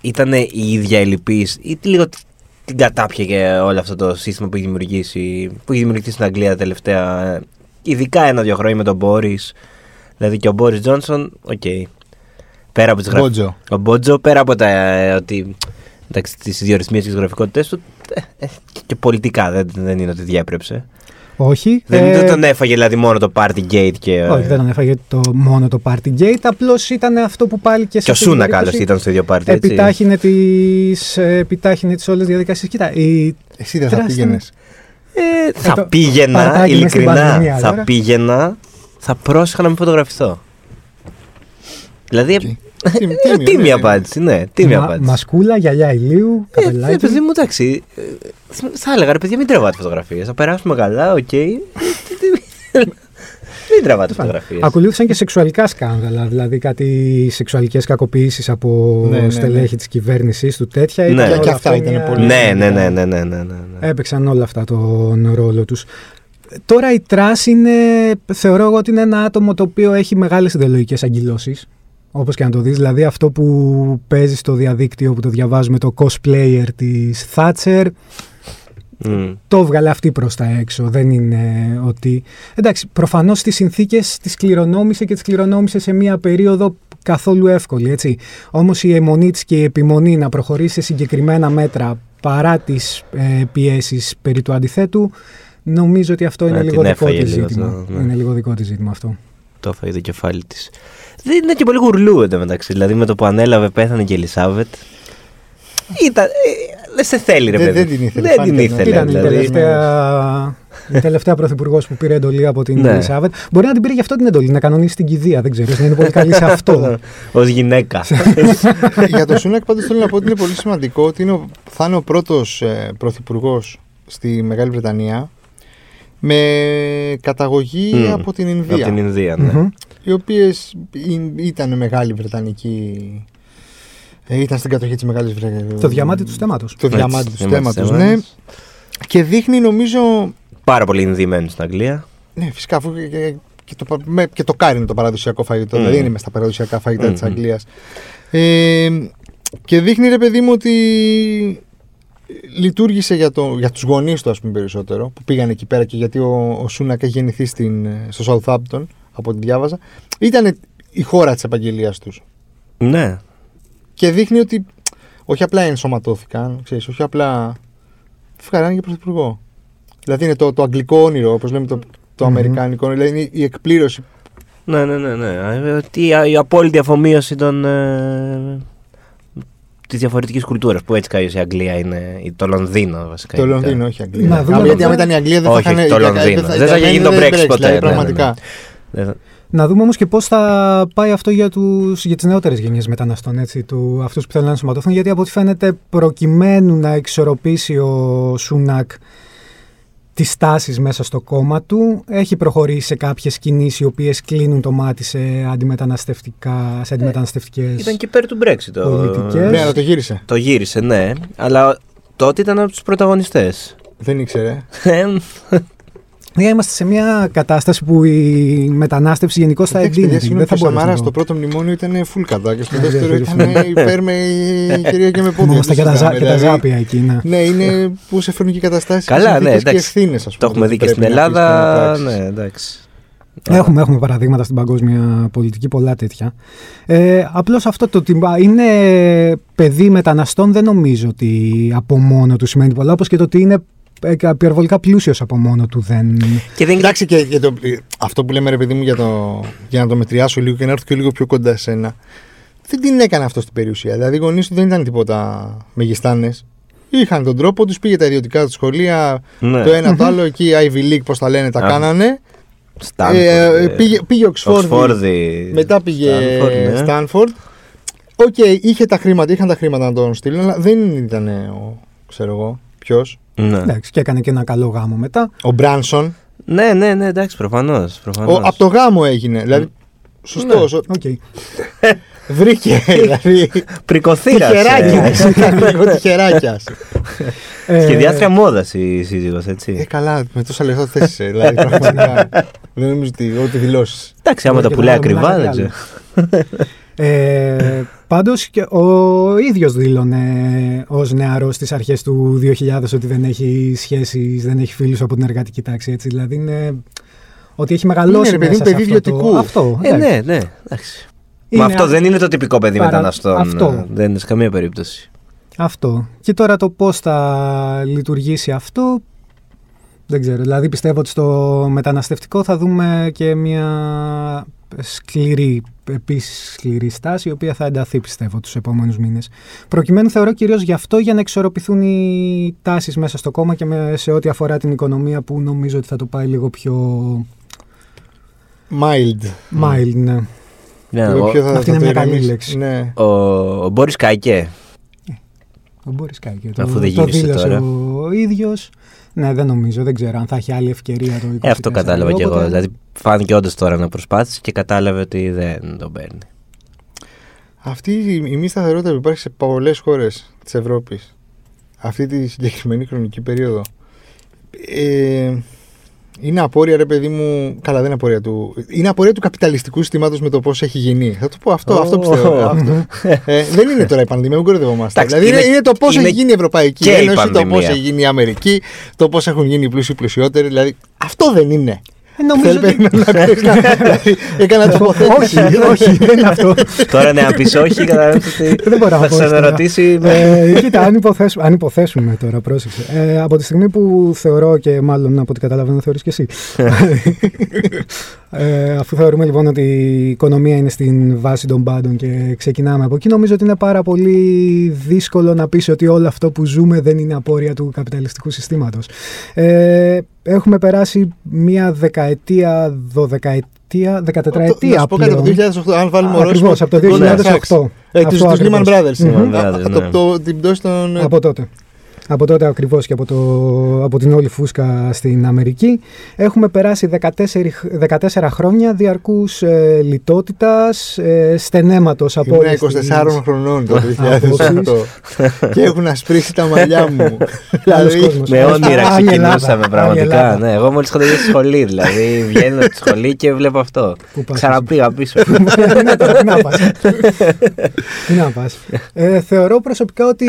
[SPEAKER 2] ήταν η ίδια η λυπής ή τι- λίγο τ- την κατάπιε και όλο αυτό το σύστημα που έχει δημιουργήσει, που έχει δημιουργηθεί στην Αγγλία τα τελευταία, ε, ειδικά ένα-δύο χρόνια με τον Μπόρις, δηλαδή και ο Μπόρις Τζόνσον, οκ. Πέρα από τις γραφ-
[SPEAKER 1] Μπότζο.
[SPEAKER 2] Ο Μπότζο, πέρα από τα, ε, ότι εντάξει, τις διορισμίες και τις γραφικότητες του, ε, ε, και- και πολιτικά δεν, δεν είναι ότι διέπρεψε.
[SPEAKER 3] Όχι.
[SPEAKER 2] Δεν,
[SPEAKER 3] ε,
[SPEAKER 2] δεν τον έφαγε δηλαδή μόνο το party gate και, ε,
[SPEAKER 3] όχι, δεν τον έφαγε το, μόνο το Party Gate. Απλώς ήταν αυτό που πάλι και σε.
[SPEAKER 2] και ο
[SPEAKER 3] αυτή την
[SPEAKER 2] Σούνα
[SPEAKER 3] περίπτωση
[SPEAKER 2] άλλωστε ήταν στο ίδιο party. έτσι.
[SPEAKER 3] Επιτάχυνε τις, επιτάχυνε τις όλες διαδικασίες. Κοίτα, η,
[SPEAKER 1] Εσύ δεν θα
[SPEAKER 3] Τεράστιο.
[SPEAKER 1] πήγαινες.
[SPEAKER 2] Ε, θα
[SPEAKER 3] Ε, το
[SPEAKER 2] πήγαινα,
[SPEAKER 3] παρτάκι μες στην
[SPEAKER 2] ειλικρινά,
[SPEAKER 3] πανδημία
[SPEAKER 2] θα
[SPEAKER 3] τώρα.
[SPEAKER 2] πήγαινα, θα πρόσεχα να μην φωτογραφηθώ. Δηλαδή, είναι τίμια απάντηση, ναι, τίμια
[SPEAKER 3] μα-
[SPEAKER 2] απάντηση.
[SPEAKER 3] μασκούλα, γυαλιά ηλίου,
[SPEAKER 2] Ε, ρε
[SPEAKER 3] καπελάκι.
[SPEAKER 2] παιδί μου, εντάξει, ε, θα έλεγα, ρε παιδιά, μην τραβάτε φωτογραφίες, θα περάσουμε καλά, οκ. Μην τραβάτε φωτογραφίες.
[SPEAKER 3] Ακολούθησαν και σεξουαλικά σκάνδαλα, δηλαδή κάτι σεξουαλικές κακοποίησεις από
[SPEAKER 1] Ναι, ναι, ναι.
[SPEAKER 3] στελέχη της κυβέρνησης του τέτοια.
[SPEAKER 2] Ναι.
[SPEAKER 3] Ήταν
[SPEAKER 2] Και-
[SPEAKER 3] όλα
[SPEAKER 1] και αυτά
[SPEAKER 3] μια-
[SPEAKER 1] ήταν πολύ.
[SPEAKER 2] Ναι, ναι, ναι, ναι, ναι, ναι, ναι. ναι.
[SPEAKER 3] Έπαιξαν όλα αυτά τον ρόλο τους. Τώρα η τρας είναι, θεωρώ εγώ ότι είναι ένα άτομο το οποίο έχει μεγάλες ιδεολογικές αγκυλώσεις. Όπως και να το δεις, δηλαδή αυτό που παίζει στο διαδίκτυο που το διαβάζουμε το cosplayer της Thatcher
[SPEAKER 2] Μμ.
[SPEAKER 3] το βγάλε αυτή προς τα έξω. Δεν είναι ότι... Εντάξει, προφανώς τις συνθήκες τις κληρονόμησε και τις κληρονόμησε σε μία περίοδο καθόλου εύκολη, έτσι. Όμως η αιμονή της και η επιμονή να προχωρήσει σε συγκεκριμένα μέτρα παρά τις ε, πιέσεις περί του αντιθέτου, νομίζω ότι αυτό είναι
[SPEAKER 2] Ναι,
[SPEAKER 3] λίγο
[SPEAKER 2] την
[SPEAKER 3] δικό
[SPEAKER 2] έφαγε
[SPEAKER 3] της
[SPEAKER 2] λίγο
[SPEAKER 3] ζήτημα.
[SPEAKER 2] αυτό, ναι.
[SPEAKER 3] Είναι λίγο δικό της ζήτημα αυτό.
[SPEAKER 2] Το έφαγε το κεφάλι της. Δεν είναι και πολύ γουρλού εντωμεταξύ. Δηλαδή με το που ανέλαβε πέθανε και η Ελισάβετ. Ήταν. ε, δεν σε θέλει, ρε
[SPEAKER 1] Δεν-
[SPEAKER 2] παιδί.
[SPEAKER 1] δεν την ήθελε,
[SPEAKER 2] Δεν την
[SPEAKER 1] φάνηκε, ναι.
[SPEAKER 2] ήθελε,
[SPEAKER 3] Ήταν η
[SPEAKER 2] δηλαδή.
[SPEAKER 3] τελευταία, η τελευταία πρωθυπουργός που πήρε εντολή από την
[SPEAKER 2] Ναι.
[SPEAKER 3] Ελισάβετ. Μπορεί να την πήρε γι' αυτό την εντολή, να κανονίσει την κηδεία. Δεν ξέρω, ίσως να είναι πολύ καλή σε αυτό.
[SPEAKER 2] Ως γυναίκα.
[SPEAKER 3] ναι.
[SPEAKER 1] Ε, Για τον Σούνακ, πάντως θέλω να πω ότι είναι πολύ σημαντικό ότι είναι ο- θα είναι ο πρώτος πρωθυπουργός στη Μεγάλη Βρετανία με καταγωγή
[SPEAKER 2] Μμ.
[SPEAKER 1] από την
[SPEAKER 2] Από
[SPEAKER 1] Ινδία.
[SPEAKER 2] την Ινδία, ναι.
[SPEAKER 3] Μμμ.
[SPEAKER 1] Οι οποίες ήταν μεγάλη Βρετανική. ε, ήταν στην κατοχή της Μεγάλης Βρετανία.
[SPEAKER 3] Το διαμάτι του στέματος.
[SPEAKER 1] Το
[SPEAKER 2] Έτσι,
[SPEAKER 1] διαμάτι του
[SPEAKER 2] διαμάτι
[SPEAKER 1] στέματος,
[SPEAKER 2] στέματος.
[SPEAKER 1] ναι. Και δείχνει νομίζω.
[SPEAKER 2] Πάρα πολύ Ινδιμένοι στην Αγγλία.
[SPEAKER 1] Ναι, φυσικά, αφού και- και, και το, πα- με- και το κάρι είναι το παραδοσιακό φαγητό,
[SPEAKER 2] Μμμ.
[SPEAKER 1] δηλαδή είναι μες στα παραδοσιακά φαγητά της
[SPEAKER 2] Μμμ.
[SPEAKER 1] Αγγλίας. Ε, και δείχνει, ρε παιδί μου, ότι λειτουργήσε για, το, για τους γονείς του, ας πούμε, περισσότερο, που πήγαν εκεί πέρα και γιατί ο, ο Σούνακ έχει γεννηθεί στην, ε, στο Southampton, από ό,τι διάβαζα, ήταν η χώρα της επαγγελίας τους.
[SPEAKER 2] Ναι.
[SPEAKER 1] Και δείχνει ότι όχι απλά ενσωματώθηκαν, ξέρεις, όχι απλά φυγαράνε για πρωθυπουργό. Δηλαδή είναι το, το αγγλικό όνειρο, όπως λέμε το, το
[SPEAKER 3] Μμμ.
[SPEAKER 1] αμερικάνικο όνειρο, δηλαδή είναι η εκπλήρωση.
[SPEAKER 2] Ναι, ναι, ναι. ναι. Ε, τι- η απόλυτη αφομοίωση των. Ε, Της διαφορετικής κουλτούρας που έτσι κάλλιο η Αγγλία είναι. ή Το Λονδίνο βασικά.
[SPEAKER 1] Το
[SPEAKER 2] είναι.
[SPEAKER 1] Λονδίνο, όχι η Αγγλία.
[SPEAKER 3] Να
[SPEAKER 1] Α,
[SPEAKER 3] δούμε
[SPEAKER 1] γιατί
[SPEAKER 3] να
[SPEAKER 1] άμα
[SPEAKER 3] δούμε.
[SPEAKER 1] ήταν η Αγγλία δεν
[SPEAKER 2] Όχι,
[SPEAKER 1] θα είχαν.
[SPEAKER 2] το Λονδίνο. Δεν θα είχε γίνει το Brexit ποτέ,
[SPEAKER 1] Δηλαδή,
[SPEAKER 2] ναι, ναι, ναι.
[SPEAKER 1] πραγματικά.
[SPEAKER 2] Δεν θα-
[SPEAKER 3] Να δούμε όμως και πώς θα πάει αυτό για, τους, για τις νεότερες γενιές μεταναστών, έτσι, του, αυτούς που θέλουν να ενσωματωθούν. Γιατί από ό,τι φαίνεται, προκειμένου να εξορροπήσει ο Σούνακ τις τάσεις μέσα στο κόμμα του, έχει προχωρήσει σε κάποιες κινήσεις οι οποίες κλείνουν το μάτι σε, αντιμεταναστευτικά, σε αντιμεταναστευτικέ.
[SPEAKER 2] Ε, Ήταν και υπέρ του Brexit. το-
[SPEAKER 3] Πολιτικές.
[SPEAKER 1] Ναι, αλλά το γύρισε.
[SPEAKER 2] Το γύρισε, ναι. Αλλά τότε ήταν από Ε, τους πρωταγωνιστές.
[SPEAKER 1] Δεν ήξερε.
[SPEAKER 3] Ναι, Είμαστε σε μια κατάσταση που η μετανάστευση γενικώς θα
[SPEAKER 1] Εντάξει, παιδιά,
[SPEAKER 3] εντείνεται.
[SPEAKER 1] συγγνώμη,
[SPEAKER 3] Δεν θα
[SPEAKER 1] ο Σαμάρα
[SPEAKER 3] μπορούσε.
[SPEAKER 1] στο πρώτο μνημόνιο ήταν full κατά και στο
[SPEAKER 3] Ναι,
[SPEAKER 1] δεύτερο
[SPEAKER 3] δεν
[SPEAKER 1] ήταν υπέρ με κυρία και με πόδια.
[SPEAKER 3] Ναι, Είμαστε και τα ζά- και τα ζάπια εκεί. ναι.
[SPEAKER 1] δηλαδή. Ναι, είναι που σε φέρνουν και οι καταστάσεις.
[SPEAKER 2] Καλά, ναι,
[SPEAKER 1] Και
[SPEAKER 2] εντάξει.
[SPEAKER 1] ευθύνες, ας πούμε.
[SPEAKER 2] το έχουμε δει και
[SPEAKER 1] πρέπει
[SPEAKER 2] στην
[SPEAKER 1] να πεις
[SPEAKER 2] Ελλάδα.
[SPEAKER 1] να πράξεις.
[SPEAKER 2] Ναι, εντάξει.
[SPEAKER 3] Έχουμε, έχουμε παραδείγματα στην παγκόσμια πολιτική, πολλά τέτοια. Ε, απλώς αυτό το ότι είναι παιδί μεταναστών δεν νομίζω ότι από μόνο του σημαίνει πολλά, όπως και το ότι είναι ε, υπερβολικά πλούσιος από μόνο του δεν...
[SPEAKER 1] Ναι.
[SPEAKER 2] Και δεν
[SPEAKER 1] Εντάξει, και, και το, αυτό που λέμε ρε παιδί μου για, το, για να το μετριάσω λίγο και να έρθω και λίγο πιο κοντά σε σένα. Δεν την έκανε αυτό στην περιουσία. Δηλαδή, οι γονείς του δεν ήταν τίποτα μεγιστάνες. Είχαν τον τρόπο τους, πήγε τα ιδιωτικά του σχολεία,
[SPEAKER 2] Ναι.
[SPEAKER 1] το ένα το άλλο, εκεί Ivy League, πώς τα λένε, τα
[SPEAKER 2] Α,
[SPEAKER 1] κάνανε.
[SPEAKER 2] Στάνφορντ,
[SPEAKER 1] Ε,
[SPEAKER 2] ε,
[SPEAKER 1] πήγε, πήγε Οξφόρδη,
[SPEAKER 2] Οξφόρδη,
[SPEAKER 1] μετά πήγε
[SPEAKER 2] Στάνφορντ, ναι.
[SPEAKER 1] Στάνφορντ. Οκ, είχε τα χρήματα, είχαν τα χρήματα να τον στείλουν, αλλά δεν ήταν ο, ξέρω εγώ, ποιο.
[SPEAKER 2] Ναι.
[SPEAKER 3] Εντάξει, και έκανε και ένα καλό γάμο μετά.
[SPEAKER 1] Ο Μπράνσον.
[SPEAKER 2] ναι, ναι, ναι, εντάξει, προφανώς.
[SPEAKER 1] Ο, από το γάμο έγινε. Δηλαδή, σωστό.
[SPEAKER 2] ναι.
[SPEAKER 1] ο-
[SPEAKER 3] Οκ. Ε,
[SPEAKER 1] Βρήκε, δηλαδή.
[SPEAKER 2] Πρικοθήρα.
[SPEAKER 1] Τυχεράκια. Ήταν λίγο τυχεράκια.
[SPEAKER 3] Ε,
[SPEAKER 2] Σχεδιάστρια μόδας η σύζυγος,
[SPEAKER 1] Ε,
[SPEAKER 2] έτσι.
[SPEAKER 1] καλά, με τόσα λεφτά θέσει. Δηλαδή, πραγματικά. Δεν νομίζω ότι ό,τι δηλώσεις.
[SPEAKER 2] Εντάξει, άμα
[SPEAKER 3] ε, και
[SPEAKER 2] τα
[SPEAKER 3] το
[SPEAKER 2] πουλάει
[SPEAKER 3] άλλο μιλάνε
[SPEAKER 2] ακριβά,
[SPEAKER 3] για
[SPEAKER 2] δεν
[SPEAKER 3] άλλο.
[SPEAKER 2] ξέρω.
[SPEAKER 3] Ε, πάντως και ο ίδιος δήλωνε ως νεαρός στις αρχές του 2000 ότι δεν έχει σχέσεις, δεν έχει φίλους από την εργατική τάξη. Έτσι. Δηλαδή είναι ότι έχει μεγαλώσει
[SPEAKER 1] Είναι, ρε παιδί
[SPEAKER 3] μέσα
[SPEAKER 1] μου,
[SPEAKER 3] σε
[SPEAKER 1] παιδί
[SPEAKER 3] αυτό το...
[SPEAKER 1] ιδιωτικού.
[SPEAKER 3] Αυτό,
[SPEAKER 2] Ε, ναι, ναι. Εντάξει.
[SPEAKER 3] Είναι
[SPEAKER 2] Μα αυτό
[SPEAKER 3] α-
[SPEAKER 2] δεν είναι το τυπικό παιδί
[SPEAKER 3] παρα-
[SPEAKER 2] μεταναστών. ναι.
[SPEAKER 3] αυτό.
[SPEAKER 2] Δεν είναι σε καμία περίπτωση.
[SPEAKER 3] Αυτό. Και τώρα το πώς θα λειτουργήσει αυτό, δεν ξέρω. Δηλαδή πιστεύω ότι στο μεταναστευτικό θα δούμε και μια σκληρή, επίσης σκληρή στάση, η οποία θα ενταθεί πιστεύω τους επόμενους μήνες. Προκειμένου θεωρώ κυρίως γι' αυτό για να εξορροπηθούν οι τάσεις μέσα στο κόμμα και με- σε ό,τι αφορά την οικονομία που νομίζω ότι θα το πάει λίγο πιο
[SPEAKER 1] Mild.
[SPEAKER 3] mild, ναι.
[SPEAKER 2] Ναι,
[SPEAKER 1] Λίγο
[SPEAKER 2] ο,
[SPEAKER 1] πιο θα- θα
[SPEAKER 3] Αυτή είναι
[SPEAKER 1] το
[SPEAKER 3] μια καλή
[SPEAKER 1] ηρεμήσει.
[SPEAKER 3] λέξη.
[SPEAKER 1] Ναι.
[SPEAKER 2] ο, ο Μπόρις Καϊκέ.
[SPEAKER 3] Ο Μπόρις Κάκη. Το,
[SPEAKER 2] Αφού δεν
[SPEAKER 3] το
[SPEAKER 2] γύρισε
[SPEAKER 3] δήλωσε
[SPEAKER 2] τώρα.
[SPEAKER 3] ο ίδιος. Ναι, δεν νομίζω, δεν ξέρω αν θα έχει άλλη ευκαιρία το 2024.
[SPEAKER 2] Ε, αυτό κατάλαβα κι εγώ.
[SPEAKER 3] Οπότε,
[SPEAKER 2] Δηλαδή, φάνηκε όντως τώρα να προσπάθησε και κατάλαβε ότι δεν τον παίρνει.
[SPEAKER 1] Αυτή η η μη σταθερότητα που υπάρχει σε πολλές χώρες της Ευρώπης αυτή τη συγκεκριμένη χρονική περίοδο ε, είναι απόρρια, ρε παιδί μου. Καλά, δεν είναι απόρρια του. Είναι απόρρια του καπιταλιστικού συστήματος με το πώς έχει γίνει. Θα το πω αυτό,
[SPEAKER 2] Ω.
[SPEAKER 1] αυτό πιστεύω. αυτό. Ε, δεν είναι τώρα η πανδημία, μην κορυδευόμαστε.
[SPEAKER 2] Εντάξει,
[SPEAKER 1] δηλαδή είναι,
[SPEAKER 2] είναι-
[SPEAKER 1] είναι το πώς
[SPEAKER 2] είναι
[SPEAKER 1] έχει γίνει η Ευρωπαϊκή
[SPEAKER 2] και η
[SPEAKER 1] Ένωση, το πώς
[SPEAKER 2] πανδημία.
[SPEAKER 1] έχει γίνει η Αμερική, το πώς έχουν γίνει οι πλούσιοι πλουσιότεροι. Δηλαδή αυτό δεν είναι.
[SPEAKER 3] ε, νομίζω ότι
[SPEAKER 1] Θέλω- να πεις, να- δηλαδή, Έκανα τοποθέτηση.
[SPEAKER 3] όχι, όχι, δεν είναι αυτό.
[SPEAKER 2] τώρα ναι, αν πεις όχι, καταλαβαίνεις ότι
[SPEAKER 3] Δεν μπορώ να
[SPEAKER 2] θα
[SPEAKER 3] πω
[SPEAKER 2] σε
[SPEAKER 3] τώρα.
[SPEAKER 2] αναρωτήσει. με-
[SPEAKER 3] Ε, κοίτα, αν υποθέσουμε, αν υποθέσουμε τώρα, πρόσεξε. Ε, από τη στιγμή που θεωρώ και μάλλον από ό,τι καταλαβαίνω θεωρείς και εσύ. ε, αφού θεωρούμε λοιπόν ότι η οικονομία είναι στην βάση των πάντων και ξεκινάμε από εκεί, νομίζω ότι είναι πάρα πολύ δύσκολο να πεις ότι όλο αυτό που ζούμε δεν είναι απόρρια του καπιταλιστικού συστήματος. Ε, έχουμε περάσει μία δεκαετία, δωδεκαετία,
[SPEAKER 1] Να
[SPEAKER 3] δεκατετραετία
[SPEAKER 1] σου πω κάτι από το Ναι,
[SPEAKER 3] πλέον.
[SPEAKER 1] 2008, αν βάλουμε ορόσημο.
[SPEAKER 3] Ακριβώς, από το
[SPEAKER 1] την Goldman
[SPEAKER 3] 2008.
[SPEAKER 1] Sachs. Ε,
[SPEAKER 3] Αυτό
[SPEAKER 1] τους, τους Lehman
[SPEAKER 3] ακριβώς.
[SPEAKER 1] Brothers.
[SPEAKER 2] Lehman
[SPEAKER 1] mm
[SPEAKER 2] Brothers, ναι.
[SPEAKER 1] την πτώση των... ε,
[SPEAKER 3] Από τότε. Από τότε ακριβώς και από, το, από την όλη φούσκα στην Αμερική. Έχουμε περάσει 14, χ- 14 χρόνια διαρκούς ε, λιτότητας, ε, στενέματος από
[SPEAKER 1] Ήμουν
[SPEAKER 3] όλες
[SPEAKER 1] 24
[SPEAKER 3] τις-
[SPEAKER 1] χρονών το
[SPEAKER 3] Απόψεις.
[SPEAKER 1] 2008 και έχουν ασπρίσει τα μαλλιά μου.
[SPEAKER 3] Άλλος
[SPEAKER 1] Δηλαδή,
[SPEAKER 3] κόσμος.
[SPEAKER 2] Με όνειρα
[SPEAKER 3] Άλλη Ελλάδα,
[SPEAKER 2] ξεκινούσαμε
[SPEAKER 3] άλλη
[SPEAKER 2] πραγματικά.
[SPEAKER 3] Ελλάδα.
[SPEAKER 2] Ναι, εγώ μόλις είχα τελειώσει σχολή, δηλαδή βγαίνω από τη σχολή και βλέπω αυτό.
[SPEAKER 3] Πού πας
[SPEAKER 2] Ξαναπήγα πίσω.
[SPEAKER 3] Πού να το- πού Ναι, να πας. Πού να πας. Ε, θεωρώ προσωπικά ότι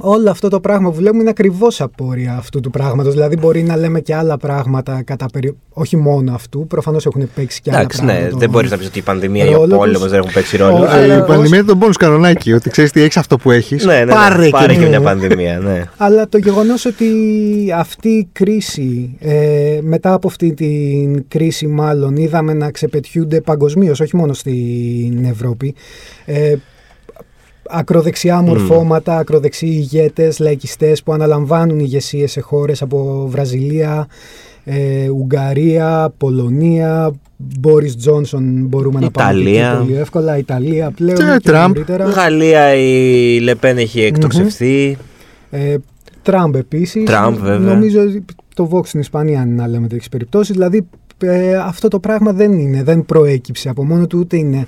[SPEAKER 3] όλο αυτό το πράγμα που βλέπουμε είναι ακριβώς απόρρια αυτού του πράγματος. Δηλαδή, μπορεί να λέμε και άλλα πράγματα κατά περι... Όχι μόνο αυτού. Προφανώς έχουν παίξει και άλλα
[SPEAKER 2] Εντάξει, ναι,
[SPEAKER 3] πράγματα.
[SPEAKER 2] δεν μπορείς να πεις ότι η πανδημία ή ο
[SPEAKER 3] ρόλο τους.
[SPEAKER 2] πόλεμος δεν έχουν παίξει ρόλο.
[SPEAKER 3] Όχι,
[SPEAKER 1] ε,
[SPEAKER 3] αλλά
[SPEAKER 1] Η
[SPEAKER 3] ως-
[SPEAKER 1] πανδημία είναι τον πόνους κανονάκι, ότι ξέρεις τι έχεις αυτό που έχεις,
[SPEAKER 2] Ναι, ναι, ναι,
[SPEAKER 1] πάρε και
[SPEAKER 2] και
[SPEAKER 1] μία.
[SPEAKER 2] μια πανδημία, ναι.
[SPEAKER 3] Αλλά το γεγονός ότι αυτή η κρίση, ε, μετά από αυτή την κρίση μάλλον, είδαμε να ξεπετιούνται παγκοσμίως, όχι μόνο στην Ευρώπη, ε, ακροδεξιά μορφώματα, ακροδεξιοί ηγέτες, λαϊκιστές που αναλαμβάνουν ηγεσίες σε χώρες από Βραζιλία, ε, Ουγγαρία, Πολωνία, Μπόρις Τζόνσον μπορούμε να πάμε εκεί
[SPEAKER 2] Ιταλία.
[SPEAKER 3] πολύ εύκολα, Ιταλία πλέον
[SPEAKER 1] Και Τραμπ.
[SPEAKER 3] νωρίτερα.
[SPEAKER 2] Γαλλία η Λεπέν έχει εκτοξευθεί.
[SPEAKER 3] Ε, Τραμπ επίσης.
[SPEAKER 2] Τραμπ, βέβαια.
[SPEAKER 3] Νομίζω ότι το Vox στην Ισπανία, αν να λέμε τέτοιες περιπτώσεις. Δηλαδή ε, αυτό το πράγμα δεν είναι, δεν προέκυψε από μόνο του, ούτε είναι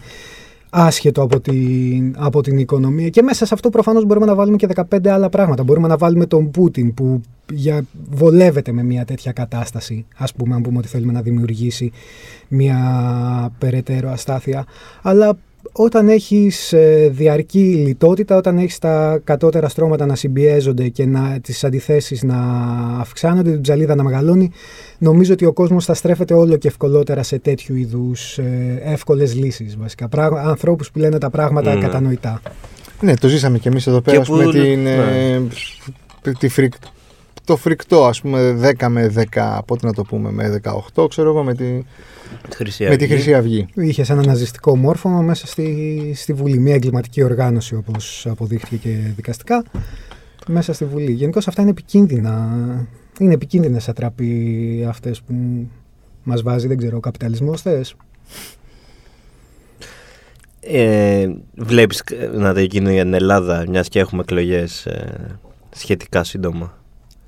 [SPEAKER 3] άσχετο από την, από την οικονομία. Και μέσα σε αυτό προφανώς μπορούμε να βάλουμε και 15 άλλα πράγματα. Μπορούμε να βάλουμε τον Πούτιν που για, βολεύεται με μια τέτοια κατάσταση, ας πούμε, αν πούμε ότι θέλουμε να δημιουργήσει μια περαιτέρω αστάθεια. Αλλά όταν έχεις ε, διαρκή λιτότητα, όταν έχεις τα κατώτερα στρώματα να συμπιέζονται και να, τις αντιθέσεις να αυξάνονται, την ψαλίδα να μεγαλώνει, νομίζω ότι ο κόσμος θα στρέφεται όλο και ευκολότερα σε τέτοιου είδους ε, εύκολες λύσεις βασικά. Πράγμα, ανθρώπους που λένε τα πράγματα
[SPEAKER 2] Ναι.
[SPEAKER 3] κατανοητά.
[SPEAKER 1] Ναι, το ζήσαμε κι εμείς εδώ πέρα,
[SPEAKER 2] Και
[SPEAKER 1] ας πούμε,
[SPEAKER 2] που-
[SPEAKER 1] την, ε,
[SPEAKER 2] ναι.
[SPEAKER 1] τη φρικ- το φρικτό, ας πούμε, 10 με 10, πότε να το πούμε, με 18, ξέρω εγώ, με τη,
[SPEAKER 2] Τη Χρυσή
[SPEAKER 1] με τη
[SPEAKER 2] Αυγή.
[SPEAKER 1] Χρυσή Αυγή.
[SPEAKER 3] Είχες ένα ναζιστικό μόρφωμα μέσα στη, στη Βουλή. Μια εγκληματική οργάνωση, όπως αποδείχθηκε και δικαστικά, μέσα στη Βουλή. Γενικώς αυτά είναι επικίνδυνα. Είναι επικίνδυνες ατραπή αυτές που μας βάζει, δεν ξέρω, ο καπιταλισμός. Θες.
[SPEAKER 2] Ε, βλέπεις ε, να δεν γίνει για την Ελλάδα, μιας και έχουμε εκλογές ε, σχετικά σύντομα.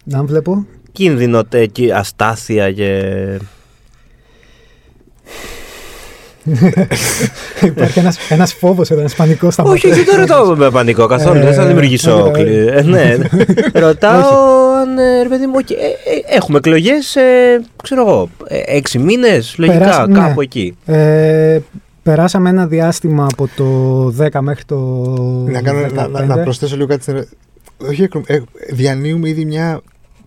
[SPEAKER 3] Να βλέπω.
[SPEAKER 2] Κίνδυνο, τε- κι- αστάθεια και...
[SPEAKER 3] Υπάρχει ένας ένας φόβος εδώ, ένας πανικός στα
[SPEAKER 2] Όχι,
[SPEAKER 3] μάτια.
[SPEAKER 2] όχι, δεν ρωτάω με πανικό καθόλου.
[SPEAKER 3] Ε,
[SPEAKER 2] Δεν θα δημιουργήσω.
[SPEAKER 3] ε,
[SPEAKER 2] κλι- ε, Ναι, ρωτάω αν. ε, Ρε παιδί μου, οκ, ε, ε, έχουμε εκλογές, ξέρω εγώ, ε, έξι μήνες, λογικά,
[SPEAKER 3] Περάσει- ναι.
[SPEAKER 2] κάπου εκεί.
[SPEAKER 3] Ε, περάσαμε ένα διάστημα από το 10 μέχρι το.
[SPEAKER 1] Να, κάνω, να, να,
[SPEAKER 3] 15.
[SPEAKER 1] να προσθέσω λίγο κάτι στην ερώτηση. Όχι, εκρο- ε, διανύουμε ήδη μια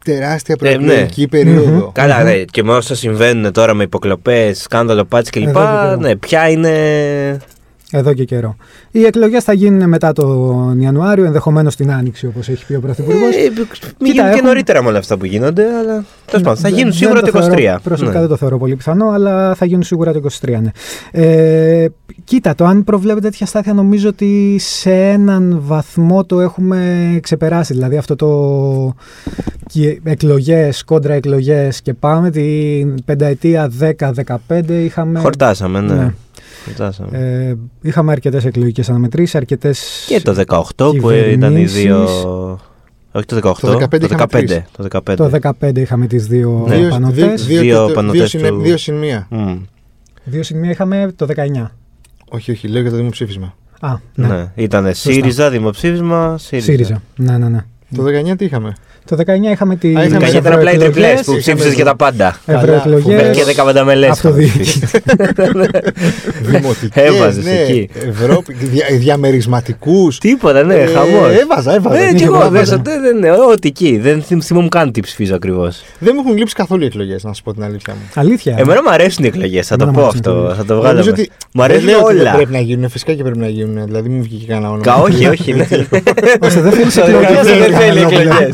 [SPEAKER 1] τεράστια
[SPEAKER 2] ναι.
[SPEAKER 1] προεκλογική περίοδο.
[SPEAKER 2] Καλά, ναι. Και με όσα συμβαίνουν τώρα με υποκλοπές, σκάνδαλο, πάτσι κλπ.
[SPEAKER 3] Εδώ και καιρό.
[SPEAKER 2] Ναι, ποια είναι.
[SPEAKER 3] Εδώ και καιρό. Οι εκλογές θα γίνουν μετά τον Ιανουάριο, ενδεχομένως την Άνοιξη, όπως έχει πει ο Πρωθυπουργός.
[SPEAKER 2] Ε, μην γίνουν και
[SPEAKER 3] έχουν-
[SPEAKER 2] νωρίτερα με όλα αυτά που γίνονται, αλλά. Τέλος πάντων, θα
[SPEAKER 3] Ναι,
[SPEAKER 2] γίνουν
[SPEAKER 3] δεν
[SPEAKER 2] σίγουρα
[SPEAKER 3] το
[SPEAKER 2] το
[SPEAKER 3] θεωρώ-
[SPEAKER 2] 23.
[SPEAKER 3] Προσωπικά
[SPEAKER 2] Ναι.
[SPEAKER 3] δεν το θεωρώ πολύ πιθανό, αλλά θα γίνουν σίγουρα το 23, ναι. Ε, κοίτα το, αν προβλέπετε τέτοια στάθεια, νομίζω ότι σε έναν βαθμό το έχουμε ξεπεράσει. Δηλαδή αυτό το και εκλογές, κόντρα εκλογές και πάμε την πενταετία 10-15 είχαμε...
[SPEAKER 2] Χορτάσαμε, ναι.
[SPEAKER 3] Ναι.
[SPEAKER 2] Χορτάσαμε.
[SPEAKER 3] Ε, είχαμε αρκετές εκλογικές αναμετρήσεις, αρκετές...
[SPEAKER 2] και το 18 που ήταν οι
[SPEAKER 3] κυβερνήσεις.
[SPEAKER 2] δύο. Όχι το 18,
[SPEAKER 1] Το 15 είχαμε
[SPEAKER 2] 15.
[SPEAKER 1] τρεις.
[SPEAKER 2] Το 15.
[SPEAKER 3] Το 15 είχαμε τις δύο
[SPEAKER 2] Ναι.
[SPEAKER 1] Δύο,
[SPEAKER 3] πανωτές.
[SPEAKER 1] δύο-
[SPEAKER 2] Δύο
[SPEAKER 1] δύο-
[SPEAKER 2] πανωτές
[SPEAKER 1] δύο συν-
[SPEAKER 2] του-
[SPEAKER 1] δύο συν μία.
[SPEAKER 2] Μμ,
[SPEAKER 3] Δύο συν μία είχαμε το 19.
[SPEAKER 1] Όχι, όχι, λέω για το δημοψήφισμα.
[SPEAKER 3] Α, ναι.
[SPEAKER 2] Ναι. Ήταν ΣΥΡΙΖΑ, δημοψήφισμα, ΣΥΡΙΖΑ.
[SPEAKER 3] ΣΥΡΙΖΑ. Ναι, ναι, ναι.
[SPEAKER 1] Το 19 τι είχαμε.
[SPEAKER 3] Το 19 είχαμε τι
[SPEAKER 1] Α, είχαμε
[SPEAKER 2] Καλύτερα απλά οι
[SPEAKER 3] ευρωεκλογές,
[SPEAKER 2] τριπλές που
[SPEAKER 1] είχαμε
[SPEAKER 2] ψήφισε
[SPEAKER 1] δει.
[SPEAKER 2] για τα πάντα.
[SPEAKER 3] ευρωεκλογές,
[SPEAKER 1] Καλά,
[SPEAKER 2] Μέχρι και 15 μελέ.
[SPEAKER 3] αυτοδιοίκηση.
[SPEAKER 1] Δημοτικές,
[SPEAKER 2] Έβαζες
[SPEAKER 1] ναι,
[SPEAKER 2] εκεί.
[SPEAKER 1] Ευρώπη, δια, διαμερισματικούς.
[SPEAKER 2] Τίποτα, ναι,
[SPEAKER 1] Ε,
[SPEAKER 2] χαμός.
[SPEAKER 1] Έβαζα, έβαζα.
[SPEAKER 2] Ναι, κι εγώ
[SPEAKER 1] Έβαζα.
[SPEAKER 2] δεν δεν είναι. Ό,τι εκεί. Δεν θυμ- θυμόμουν καν τι ψηφίζω ακριβώς.
[SPEAKER 1] Δεν μου έχουν λείψει καθόλου οι εκλογές, να σου πω την αλήθεια μου.
[SPEAKER 3] Αλήθεια.
[SPEAKER 2] Εμένα μου αρέσουν οι εκλογές, θα το
[SPEAKER 3] Εμένα
[SPEAKER 2] πω
[SPEAKER 3] μου αρέσουν οι
[SPEAKER 2] αυτό.
[SPEAKER 3] εκλογές.
[SPEAKER 2] Θα το
[SPEAKER 1] Νομίζω
[SPEAKER 2] βγάλω.
[SPEAKER 1] ότι
[SPEAKER 2] Μου
[SPEAKER 1] δεν
[SPEAKER 2] αρέσουν
[SPEAKER 1] λέω ότι δεν
[SPEAKER 2] όλα.
[SPEAKER 1] πρέπει να γίνουν, φυσικά και πρέπει να γίνουν. Δηλαδή μου βγήκε κανένα όνομα.
[SPEAKER 2] Κα- Όχι, όχι. ναι.
[SPEAKER 3] Ώστε δεν θέλεις
[SPEAKER 2] Ο Δημήτρης Δεν θέλει εκλογέ.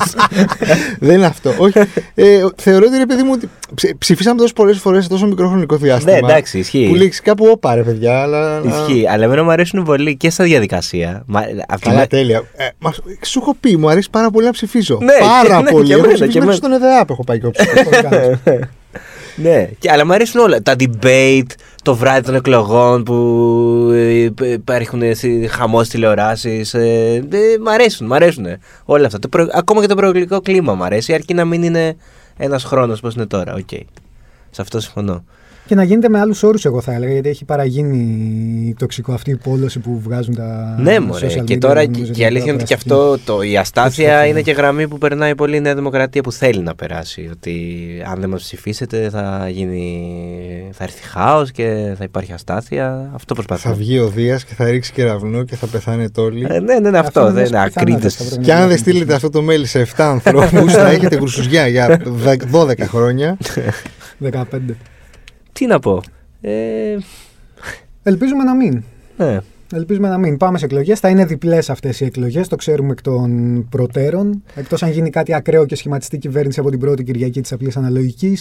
[SPEAKER 1] δεν είναι αυτό. Όχι. Ε, θεωρώ ότι ρε παιδί μου ότι ψη- ψηφίσαμε τόσες πολλές φορές σε τόσο μικρό χρονικό
[SPEAKER 2] Ναι,
[SPEAKER 1] διάστημα.
[SPEAKER 2] εντάξει,
[SPEAKER 1] Που
[SPEAKER 2] ισχύει.
[SPEAKER 1] λέξει κάπου όπα ρε παιδιά, αλλά.
[SPEAKER 2] Ισχύει. Αλλά εμένα μου αρέσουν πολύ και στα διαδικασία. Μα- απ' την
[SPEAKER 1] Καλά,
[SPEAKER 2] α-
[SPEAKER 1] τέλεια. Ε, μα, σου έχω πει, μου αρέσει πάρα πολύ να ψηφίζω.
[SPEAKER 2] Ναι,
[SPEAKER 1] πάρα
[SPEAKER 2] και- ναι,
[SPEAKER 1] πολύ.
[SPEAKER 2] και
[SPEAKER 1] έχω
[SPEAKER 2] εμένα,
[SPEAKER 1] ψηφίσει
[SPEAKER 2] και
[SPEAKER 1] μέχρι στον ΕΔΑΠ, έχω πάει και εγώ ψηφίσω.
[SPEAKER 2] Ναι, και, αλλά μου αρέσουν όλα. Τα debate, το βράδυ των εκλογών που ε, υπ- υπάρχουν χαμός τηλεοράσεις. Ε, ε, μ' αρέσουν, μ' αρέσουν όλα αυτά. Το προ- ακόμα και το προεκλογικό κλίμα μου αρέσει, αρκεί να μην είναι ένας χρόνος όπως είναι τώρα. Οκ. Σε αυτό συμφωνώ.
[SPEAKER 3] Και να γίνεται με άλλους όρους, εγώ θα έλεγα, γιατί έχει παραγίνει τοξικό αυτή η πόλωση που βγάζουν τα.
[SPEAKER 2] ναι, μωρέ.
[SPEAKER 3] social
[SPEAKER 2] Και
[SPEAKER 3] media,
[SPEAKER 2] τώρα
[SPEAKER 3] νομίζω
[SPEAKER 2] και,
[SPEAKER 3] ότι ναι.
[SPEAKER 2] και η αλήθεια είναι ότι και
[SPEAKER 3] πράσινη.
[SPEAKER 2] αυτό το, η αστάθεια
[SPEAKER 3] Αστάθεια.
[SPEAKER 2] είναι και γραμμή που περνάει πολύ η Νέα Δημοκρατία που θέλει να περάσει. Ότι αν δεν μας ψηφίσετε θα, γίνει, θα έρθει χάος και θα υπάρχει αστάθεια. Αυτό προσπαθούμε.
[SPEAKER 1] θα βγει ο Δίας και θα ρίξει κεραυνό και θα πεθάνε όλοι.
[SPEAKER 2] Ε, ναι, ναι, ναι,
[SPEAKER 3] Αυτό
[SPEAKER 2] αυτό
[SPEAKER 3] είναι
[SPEAKER 2] δεν είναι
[SPEAKER 3] ένας
[SPEAKER 2] ακρίτες.
[SPEAKER 3] πιθανότατος, θα πρέπει
[SPEAKER 1] Και αν
[SPEAKER 3] να
[SPEAKER 1] δεν
[SPEAKER 3] γίνει.
[SPEAKER 1] στείλετε αυτό το mail σε 7 ανθρώπους, θα έχετε κουρσουζιά για 12 χρόνια.
[SPEAKER 3] 15.
[SPEAKER 2] Τι να πω. Ε,
[SPEAKER 3] Ελπίζουμε να μην.
[SPEAKER 2] ναι.
[SPEAKER 3] Ελπίζουμε να μην. Πάμε σε εκλογές. Θα είναι διπλές αυτές οι εκλογές, το ξέρουμε εκ των προτέρων. Εκτός αν γίνει κάτι ακραίο και σχηματιστεί κυβέρνηση από την πρώτη Κυριακή της απλής αναλογικής.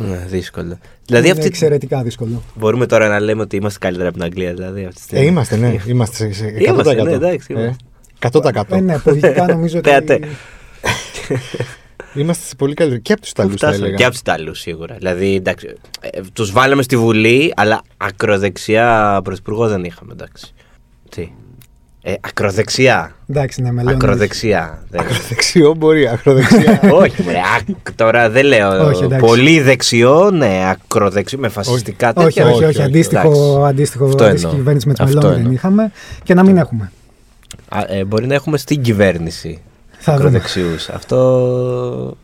[SPEAKER 2] Ναι, δύσκολο. Δηλαδή
[SPEAKER 3] είναι
[SPEAKER 2] αυτή...
[SPEAKER 3] Ναι, εξαιρετικά δύσκολο.
[SPEAKER 2] Μπορούμε τώρα να λέμε ότι είμαστε καλύτερα από την Αγγλία. Δηλαδή, αυτή τη
[SPEAKER 1] Ε,
[SPEAKER 2] στιγμή.
[SPEAKER 1] είμαστε, ναι, είμαστε σε- σε 100%.
[SPEAKER 2] Είμαστε, ναι, εντάξει,
[SPEAKER 1] Ε,
[SPEAKER 2] είμαστε.
[SPEAKER 1] 100%.
[SPEAKER 3] Ε, ναι, πολιτικά νομίζω ότι.
[SPEAKER 2] Τέατε.
[SPEAKER 1] Είμαστε σε πολύ καλύτερη. Και από τους
[SPEAKER 2] Πού
[SPEAKER 1] Ιταλούς, θα
[SPEAKER 2] φτάσαμε.
[SPEAKER 1] έλεγα.
[SPEAKER 2] Και από τους Ιταλούς σίγουρα. Δηλαδή, εντάξει, ε, τους βάλαμε στη Βουλή, αλλά ακροδεξιά πρωθυπουργό δεν είχαμε. Εντάξει. Τι. Ε, ακροδεξιά.
[SPEAKER 3] Εντάξει, ναι, με λένε.
[SPEAKER 2] Ακροδεξιά. Δεν-
[SPEAKER 1] Ακροδεξιό μπορεί, ακροδεξιά.
[SPEAKER 2] Όχι, μωρέ, ακ- τώρα δεν λέω.
[SPEAKER 3] Όχι, εντάξει.
[SPEAKER 2] πολύ δεξιό, ναι, ακροδεξιό, με φασιστικά
[SPEAKER 3] Όχι,
[SPEAKER 2] τέτοια.
[SPEAKER 3] όχι,
[SPEAKER 1] όχι,
[SPEAKER 3] όχι,
[SPEAKER 1] όχι,
[SPEAKER 3] αντίστοιχο,
[SPEAKER 2] εντάξει.
[SPEAKER 3] αντίστοιχο
[SPEAKER 2] Αυτό
[SPEAKER 3] αντίστοιχη
[SPEAKER 2] εννοώ.
[SPEAKER 3] κυβέρνηση με τη
[SPEAKER 2] Αυτό
[SPEAKER 3] Μελώνη δεν
[SPEAKER 2] εννοώ.
[SPEAKER 3] είχαμε και να μην έχουμε.
[SPEAKER 2] Α, ε, μπορεί να έχουμε στην κυβέρνηση
[SPEAKER 3] Θα δούμε.
[SPEAKER 2] ακροδεξιού. Αυτό.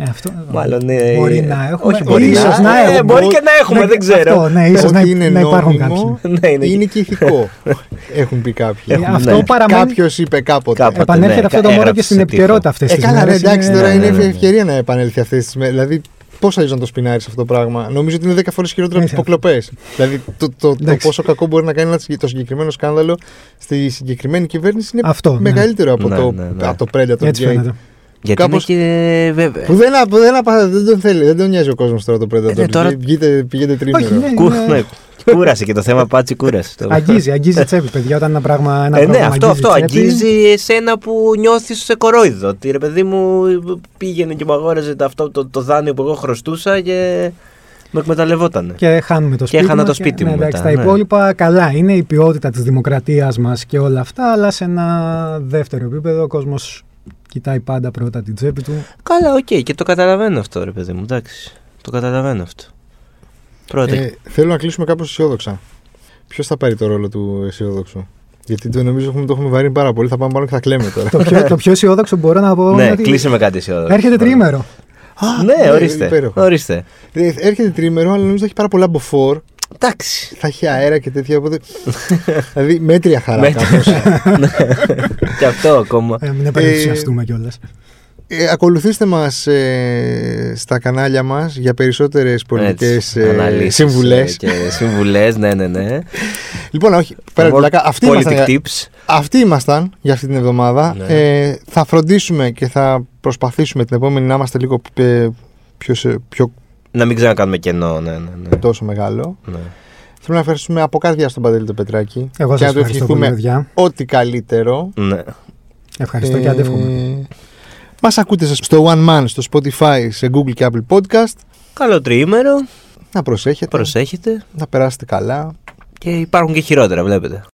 [SPEAKER 3] Ε, αυτό,
[SPEAKER 2] Μάλλον ε,
[SPEAKER 3] Μπορεί να έχουμε.
[SPEAKER 2] Όχι, μπορεί
[SPEAKER 3] ίσως
[SPEAKER 2] να,
[SPEAKER 3] να
[SPEAKER 2] ε,
[SPEAKER 3] έχουμε.
[SPEAKER 2] Μπορεί και να έχουμε,
[SPEAKER 3] Ναι,
[SPEAKER 2] δεν ξέρω.
[SPEAKER 3] Αυτό, ναι, ίσως
[SPEAKER 1] Ό,τι
[SPEAKER 3] να,
[SPEAKER 1] είναι
[SPEAKER 3] να υπάρχουν
[SPEAKER 1] νόμιμο,
[SPEAKER 3] κάποιοι.
[SPEAKER 2] Ναι, είναι-
[SPEAKER 1] Είναι και ηθικό. Έχουν πει κάποιοι.
[SPEAKER 2] Έχουμε,
[SPEAKER 3] αυτό
[SPEAKER 2] ναι.
[SPEAKER 3] παραμένει.
[SPEAKER 1] Κάποιος είπε κάποτε.
[SPEAKER 2] Κάποτε.
[SPEAKER 3] Επανέρχεται
[SPEAKER 2] ναι,
[SPEAKER 3] αυτό το μόνο
[SPEAKER 2] έγραψε
[SPEAKER 3] και στην
[SPEAKER 2] σε
[SPEAKER 3] επικαιρότητα
[SPEAKER 2] τύπο.
[SPEAKER 3] αυτές
[SPEAKER 1] Ε,
[SPEAKER 3] τις
[SPEAKER 1] καλά, ρε, εντάξει, τώρα
[SPEAKER 2] ναι,
[SPEAKER 1] είναι
[SPEAKER 2] ναι, ναι.
[SPEAKER 1] ευκαιρία να επανέλθει αυτές τις μέρες. Δηλαδή, πώς θα ζει να το σπινάρεις αυτό το πράγμα. Νομίζω ότι είναι 10 φορές χειρότερο από τις
[SPEAKER 3] Ναι,
[SPEAKER 1] υποκλοπές. Δηλαδή, το, το, το,
[SPEAKER 3] Εντάξει.
[SPEAKER 1] πόσο κακό μπορεί να κάνει ένα συγκε- το συγκεκριμένο σκάνδαλο στη συγκεκριμένη κυβέρνηση είναι
[SPEAKER 3] Αυτό, ναι.
[SPEAKER 1] μεγαλύτερο από,
[SPEAKER 2] Ναι,
[SPEAKER 1] το,
[SPEAKER 2] ναι, ναι.
[SPEAKER 1] από το πρέντα των
[SPEAKER 3] Έτσι
[SPEAKER 1] γκέι.
[SPEAKER 3] φαίνεται.
[SPEAKER 2] Γιατί
[SPEAKER 1] Κάπως-
[SPEAKER 2] είναι και βέβαια.
[SPEAKER 1] Που δεν, που δεν, απα- δεν τον θέλει, δεν τον νοιάζει ο κόσμος τώρα το πρέντα.
[SPEAKER 2] Ε, ναι,
[SPEAKER 1] Ε,
[SPEAKER 2] τώρα-
[SPEAKER 1] Πηγαίνετε, πηγαίνετε τρίμηνο.
[SPEAKER 3] Όχι, ναι,
[SPEAKER 2] Κου-
[SPEAKER 3] είναι-
[SPEAKER 2] ναι, Κούρασε και το θέμα πάτσι κούρασε. Το-
[SPEAKER 3] Αγγίζει, αγγίζει τσέπη, παιδιά, όταν ένα πράγμα. Ένα
[SPEAKER 2] Ε, ναι,
[SPEAKER 3] πρόγραμμα
[SPEAKER 2] αυτό, αυτό
[SPEAKER 3] τσέπη,
[SPEAKER 2] αγγίζει εσένα που νιώθεις σε κορόιδο. Ότι ρε παιδί μου πήγαινε και μου αγόραζε το, αυτό, το, το δάνειο που εγώ χρωστούσα και με εκμεταλλευότανε.
[SPEAKER 3] Και χάνουμε το
[SPEAKER 2] Και
[SPEAKER 3] σπίτι.
[SPEAKER 2] έχανα
[SPEAKER 3] μας
[SPEAKER 2] το σπίτι μου
[SPEAKER 3] ναι, εντάξει,
[SPEAKER 2] μετά,
[SPEAKER 3] τα
[SPEAKER 2] ναι.
[SPEAKER 3] υπόλοιπα καλά. Είναι η ποιότητα της δημοκρατίας μας και όλα αυτά, αλλά σε ένα δεύτερο επίπεδο ο κόσμος κοιτάει πάντα πρώτα την τσέπη του.
[SPEAKER 2] Καλά, οκ, και το καταλαβαίνω αυτό, ρε παιδί μου. Εντάξει. Το καταλαβαίνω αυτό. Πρώτα.
[SPEAKER 1] Ε, θέλω να κλείσουμε κάπως αισιόδοξα. Ποιος θα πάρει το ρόλο του αισιόδοξου. Γιατί το νομίζω έχουμε, το έχουμε βαρύνει πάρα πολύ. Θα πάμε πάνω και θα κλαίμε τώρα.
[SPEAKER 3] το, πιο, το πιο αισιόδοξο μπορώ να πω. είναι
[SPEAKER 2] ναι,
[SPEAKER 3] ότι
[SPEAKER 2] κλείσε με κάτι αισιόδοξο.
[SPEAKER 3] Έρχεται τριήμερο.
[SPEAKER 1] Α,
[SPEAKER 2] Ναι, ορίστε.
[SPEAKER 1] Ε, υπέροχο.
[SPEAKER 2] ορίστε.
[SPEAKER 1] Ε, Έρχεται τρίμερο, αλλά νομίζω θα έχει πάρα πολλά μποφόρ.
[SPEAKER 2] Εντάξει.
[SPEAKER 1] θα έχει αέρα και τέτοια. Οπότε... δηλαδή μέτρια χαρά.
[SPEAKER 2] Μέτρια.
[SPEAKER 1] κάπως.
[SPEAKER 2] Ναι. Και αυτό ακόμα.
[SPEAKER 3] Ε, μην επανενθουσιαστούμε κιόλας.
[SPEAKER 1] Ε, ακολουθήστε μας ε, στα κανάλια μας για περισσότερες πολιτικές
[SPEAKER 2] Έτσι,
[SPEAKER 1] ε,
[SPEAKER 2] αναλύσεις,
[SPEAKER 1] συμβουλές.
[SPEAKER 2] ε, και Συμβουλές, ναι, ναι, ναι.
[SPEAKER 1] Λοιπόν, όχι, πέρα την
[SPEAKER 2] Πο-
[SPEAKER 1] πλάκα, αυτοί
[SPEAKER 2] Politic
[SPEAKER 1] ήμασταν, για-
[SPEAKER 2] tips.
[SPEAKER 1] αυτοί ήμασταν για αυτή την εβδομάδα.
[SPEAKER 2] Ναι.
[SPEAKER 1] Ε, θα φροντίσουμε και θα προσπαθήσουμε την επόμενη να είμαστε λίγο ε, πιο, σε- πιο
[SPEAKER 2] Να μην ξανακάνουμε κενό, ναι, ναι, ναι.
[SPEAKER 1] τόσο μεγάλο.
[SPEAKER 2] Ναι.
[SPEAKER 1] Θέλω να ευχαριστούμε από καρδιά στον Παντελή το Πετράκη
[SPEAKER 3] Εγώ
[SPEAKER 1] και
[SPEAKER 3] σα
[SPEAKER 1] να του
[SPEAKER 3] ευχαριστώ πολύ,
[SPEAKER 1] ευχηθούμε
[SPEAKER 3] παιδιά.
[SPEAKER 1] ό,τι καλύτερο. Ε,
[SPEAKER 2] Ναι.
[SPEAKER 3] Ευχαριστώ και αντεύχομαι.
[SPEAKER 1] Μας ακούτε στο One Man, στο Spotify, σε Google και Apple Podcast.
[SPEAKER 2] Καλό τριήμερο,
[SPEAKER 1] Να προσέχετε,
[SPEAKER 2] προσέχετε
[SPEAKER 1] να περάσετε καλά.
[SPEAKER 2] και υπάρχουν και χειρότερα, βλέπετε.